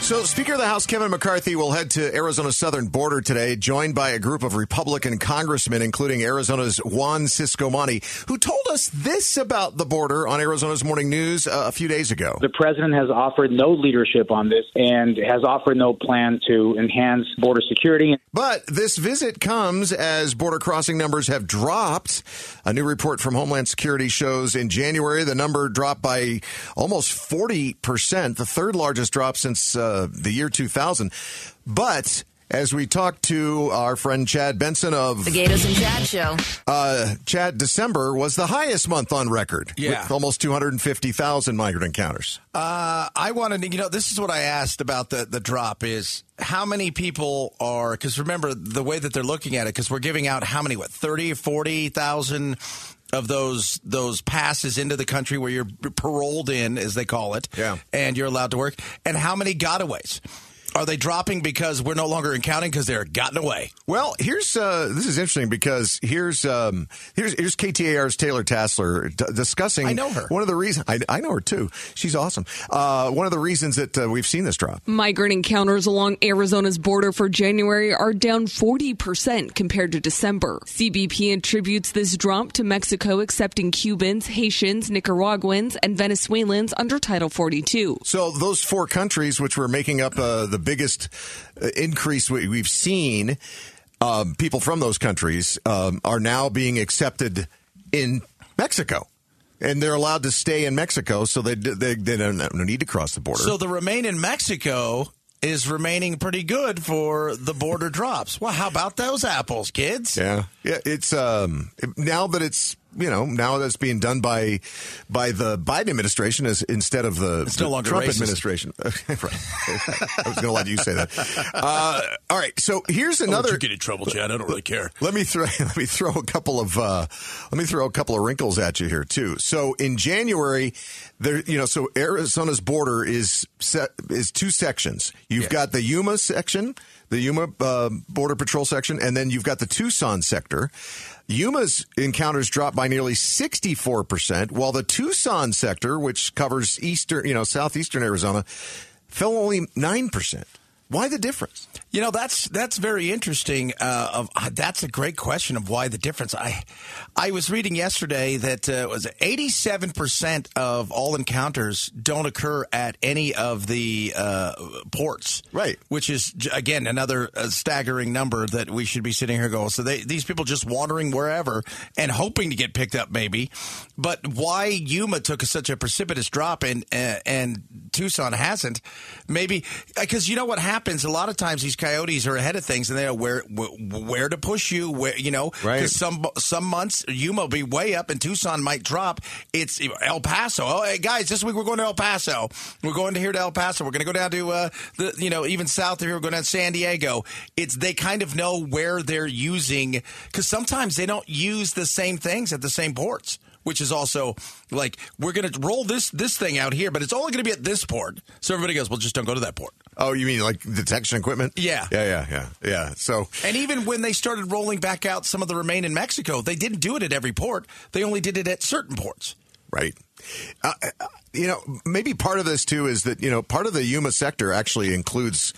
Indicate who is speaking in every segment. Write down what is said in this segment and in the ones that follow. Speaker 1: So, Speaker of the House Kevin McCarthy will head to Arizona's southern border today, joined by a group of Republican congressmen, including Arizona's Juan Siscomani, who told us this about the border on Arizona's morning news uh, a few days ago.
Speaker 2: The president has offered no leadership on this and has offered no plan to enhance border security.
Speaker 1: But this visit comes as border crossing numbers have dropped. A new report from Homeland Security shows in January the number dropped by almost 40%, the third largest drop since uh, the year 2000. But as we talked to our friend Chad Benson of
Speaker 3: The Gatos and Chad Show.
Speaker 1: uh, Chad, December was the highest month on record
Speaker 4: Yeah.
Speaker 1: with almost 250,000 migrant encounters.
Speaker 4: Uh, I wanted to, you know, this is what I asked about the, the drop is how many people are, because remember the way that they're looking at it, because we're giving out how many, what, 30, 40,000 of those those passes into the country where you're paroled in, as they call it,
Speaker 1: Yeah.
Speaker 4: and you're allowed to work, and how many gotaways? Are they dropping because we're no longer accounting because they're gotten away?
Speaker 1: Well, here's uh, this is interesting because here's um, here's here's KTAR's Taylor Tassler d- discussing.
Speaker 4: I know her.
Speaker 1: One of the reasons I, I know her too. She's awesome. Uh, one of the reasons that uh, we've seen this drop.
Speaker 5: Migrant encounters along Arizona's border for January are down 40% compared to December. CBP attributes this drop to Mexico accepting Cubans, Haitians, Nicaraguans, and Venezuelans under Title 42.
Speaker 1: So those four countries, which were making up uh, the biggest uh, increase we, we've seen, um, people from those countries um, are now being accepted in Mexico, and they're allowed to stay in Mexico, so they d- they, they don't don't need to cross the border.
Speaker 4: So the remain in Mexico is remaining pretty good for the border drops. Well, how about those apples, kids?
Speaker 1: Yeah, yeah. It's um now that it's you know now that's being done by by the Biden administration is instead of the,
Speaker 4: It's no
Speaker 1: the
Speaker 4: longer
Speaker 1: Trump
Speaker 4: racist.
Speaker 1: administration. Right. I was going to let you say that. Uh, all right. So
Speaker 4: Oh,
Speaker 1: here's another.
Speaker 4: in trouble, Chad. I don't really care.
Speaker 1: Let me throw let me throw a couple of uh, let me throw a couple of wrinkles at you here too. So in January, there you know so Arizona's border is set, is two sections. You've got the Yuma section, the Yuma uh, border patrol section, and then you've got the Tucson sector. Yuma's encounters dropped by nearly sixty four percent, while the Tucson sector, which covers eastern you know southeastern Arizona, fell only nine percent. Why the difference?
Speaker 4: You know that's that's very interesting. Uh, of uh, that's a great question of why the difference. I I was reading yesterday that uh, was eighty seven percent of all encounters don't occur at any of the uh, ports,
Speaker 1: Right.
Speaker 4: Which is j- again another uh, staggering number that we should be sitting here going. So they, these people just wandering wherever and hoping to get picked up, maybe. But why Yuma took such a precipitous drop and uh, and Tucson hasn't? Maybe because you know what happens. A lot of times these coyotes are ahead of things and they know where wh- where to push you. Where you know,
Speaker 1: Right.
Speaker 4: 'cause some some months Yuma will be way up and Tucson might drop. It's El Paso. Oh, hey guys, this week we're going to El Paso. We're going to here to El Paso. We're going to go down to uh, the you know even south of here. We're going down to San Diego. It's they kind of know where they're using because sometimes they don't use the same things at the same ports. Which is also like we're going to roll this this thing out here, but it's only going to be at this port. So everybody goes, well, just don't go to that port.
Speaker 1: Oh, you mean like detection equipment?
Speaker 4: Yeah.
Speaker 1: Yeah, yeah, yeah. Yeah. So
Speaker 4: And even when they started rolling back out some of the remain in Mexico, they didn't do it at every port. They only did it at certain ports.
Speaker 1: Right. Uh, uh, you know, maybe part of this too is that, you know, part of the Yuma sector actually includes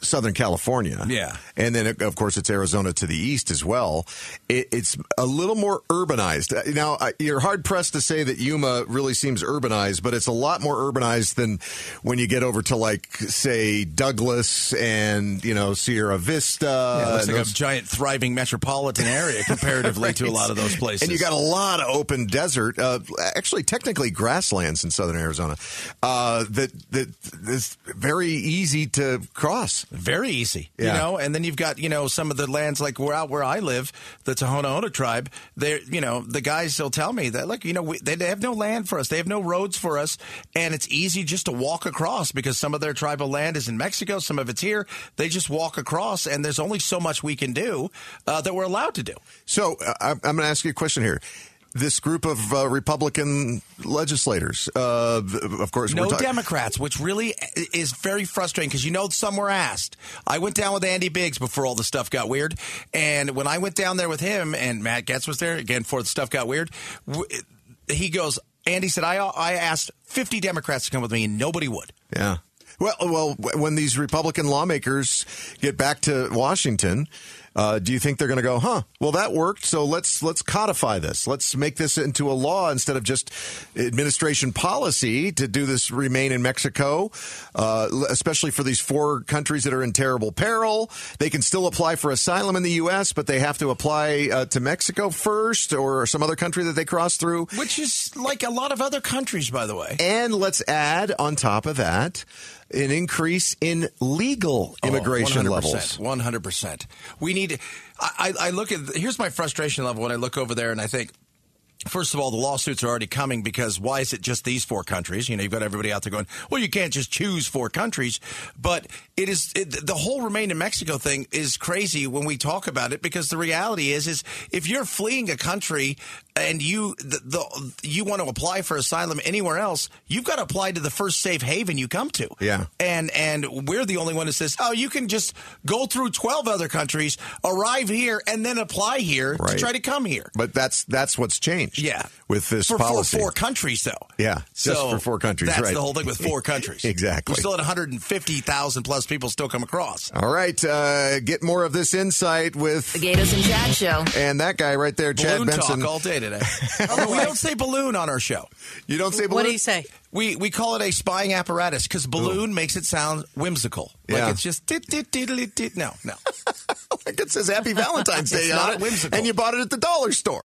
Speaker 1: Southern California.
Speaker 4: Yeah.
Speaker 1: And then, of course, it's Arizona to the east as well. It, it's a little more urbanized. Uh, Now, uh, you're hard pressed to say that Yuma really seems urbanized, but it's a lot more urbanized than when you get over to, like, say, Douglas and, you know, Sierra Vista.
Speaker 4: It looks
Speaker 1: and
Speaker 4: like
Speaker 1: Uh, those-
Speaker 4: a giant, thriving metropolitan area comparatively to a lot of those places.
Speaker 1: And you got a lot of open desert, uh, actually technically grasslands in southern Arizona, uh, that that is very easy to cross.
Speaker 4: very easy, you
Speaker 1: Yeah.
Speaker 4: know. And then you've got you know some of the lands like where out where I live, the Tohono O'odham tribe. They, you know, the guys will tell me that look, you know, we, they, they have no land for us, they have no roads for us, and it's easy just to walk across because some of their tribal land is in Mexico, some of it's here. They just walk across, and there's only so much we can do uh, that we're allowed to do.
Speaker 1: So uh, I'm going to ask you a question here. This group of uh, Republican legislators, uh, of course,
Speaker 4: No
Speaker 1: we're talking-
Speaker 4: Democrats, which really is very frustrating because you know some were asked. I went down with Andy Biggs before all the stuff got weird, and when I went down there with him and Matt Getz was there again before the stuff got weird, w- he goes. Andy said, "I I asked 50 Democrats to come with me, and nobody would."
Speaker 1: Yeah. Well, well, when these Republican lawmakers get back to Washington, uh, do you think they're going to go? Huh? Well, that worked. So let's let's codify this. Let's make this into a law instead of just administration policy to do this. Remain in Mexico, uh, especially for these four countries that are in terrible peril. They can still apply for asylum in the U.S., but they have to apply uh, to Mexico first or some other country that they cross through.
Speaker 4: Which is like a lot of other countries, by the way.
Speaker 1: And let's add on top of that an increase in legal immigration
Speaker 4: oh, 100%,
Speaker 1: levels.
Speaker 4: One hundred percent. We need. I, I look at here's my frustration level when I look over there and I think. First of all, the lawsuits are already coming because why is it just these four countries? You know, you've got everybody out there going, well, you can't just choose four countries. But it is it, the whole remain in Mexico thing is crazy when we talk about it because the reality is, is if you're fleeing a country and you the, the you want to apply for asylum anywhere else, you've got to apply to the first safe haven you come to.
Speaker 1: Yeah.
Speaker 4: And and we're the only one that says, oh, you can just go through twelve other countries, arrive here, and then apply here
Speaker 1: Right.
Speaker 4: to try to come here.
Speaker 1: But that's that's what's changed.
Speaker 4: Yeah.
Speaker 1: with this
Speaker 4: for,
Speaker 1: policy.
Speaker 4: For four countries, though.
Speaker 1: Yeah, just for four countries,
Speaker 4: That's
Speaker 1: right.
Speaker 4: the whole thing with four countries.
Speaker 1: Exactly.
Speaker 4: We're still at 150,000 plus people still come across.
Speaker 1: All right, uh, get more of this insight
Speaker 3: The
Speaker 1: with
Speaker 3: Gatos and Chad Show.
Speaker 1: and that guy right there, Chad
Speaker 4: balloon
Speaker 1: Benson.
Speaker 4: talk all day today. Although we don't say balloon on our show.
Speaker 1: You don't say
Speaker 6: What do
Speaker 1: balloon?
Speaker 6: you say?
Speaker 4: We we call it a spying apparatus because balloon makes it sound whimsical.
Speaker 1: Yeah.
Speaker 4: Like it's just dit, dit, diddly, dit. No, no.
Speaker 1: It says Happy Valentine's Day
Speaker 4: It's
Speaker 1: on
Speaker 4: not
Speaker 1: it,
Speaker 4: whimsical.
Speaker 1: and you bought it at the dollar store.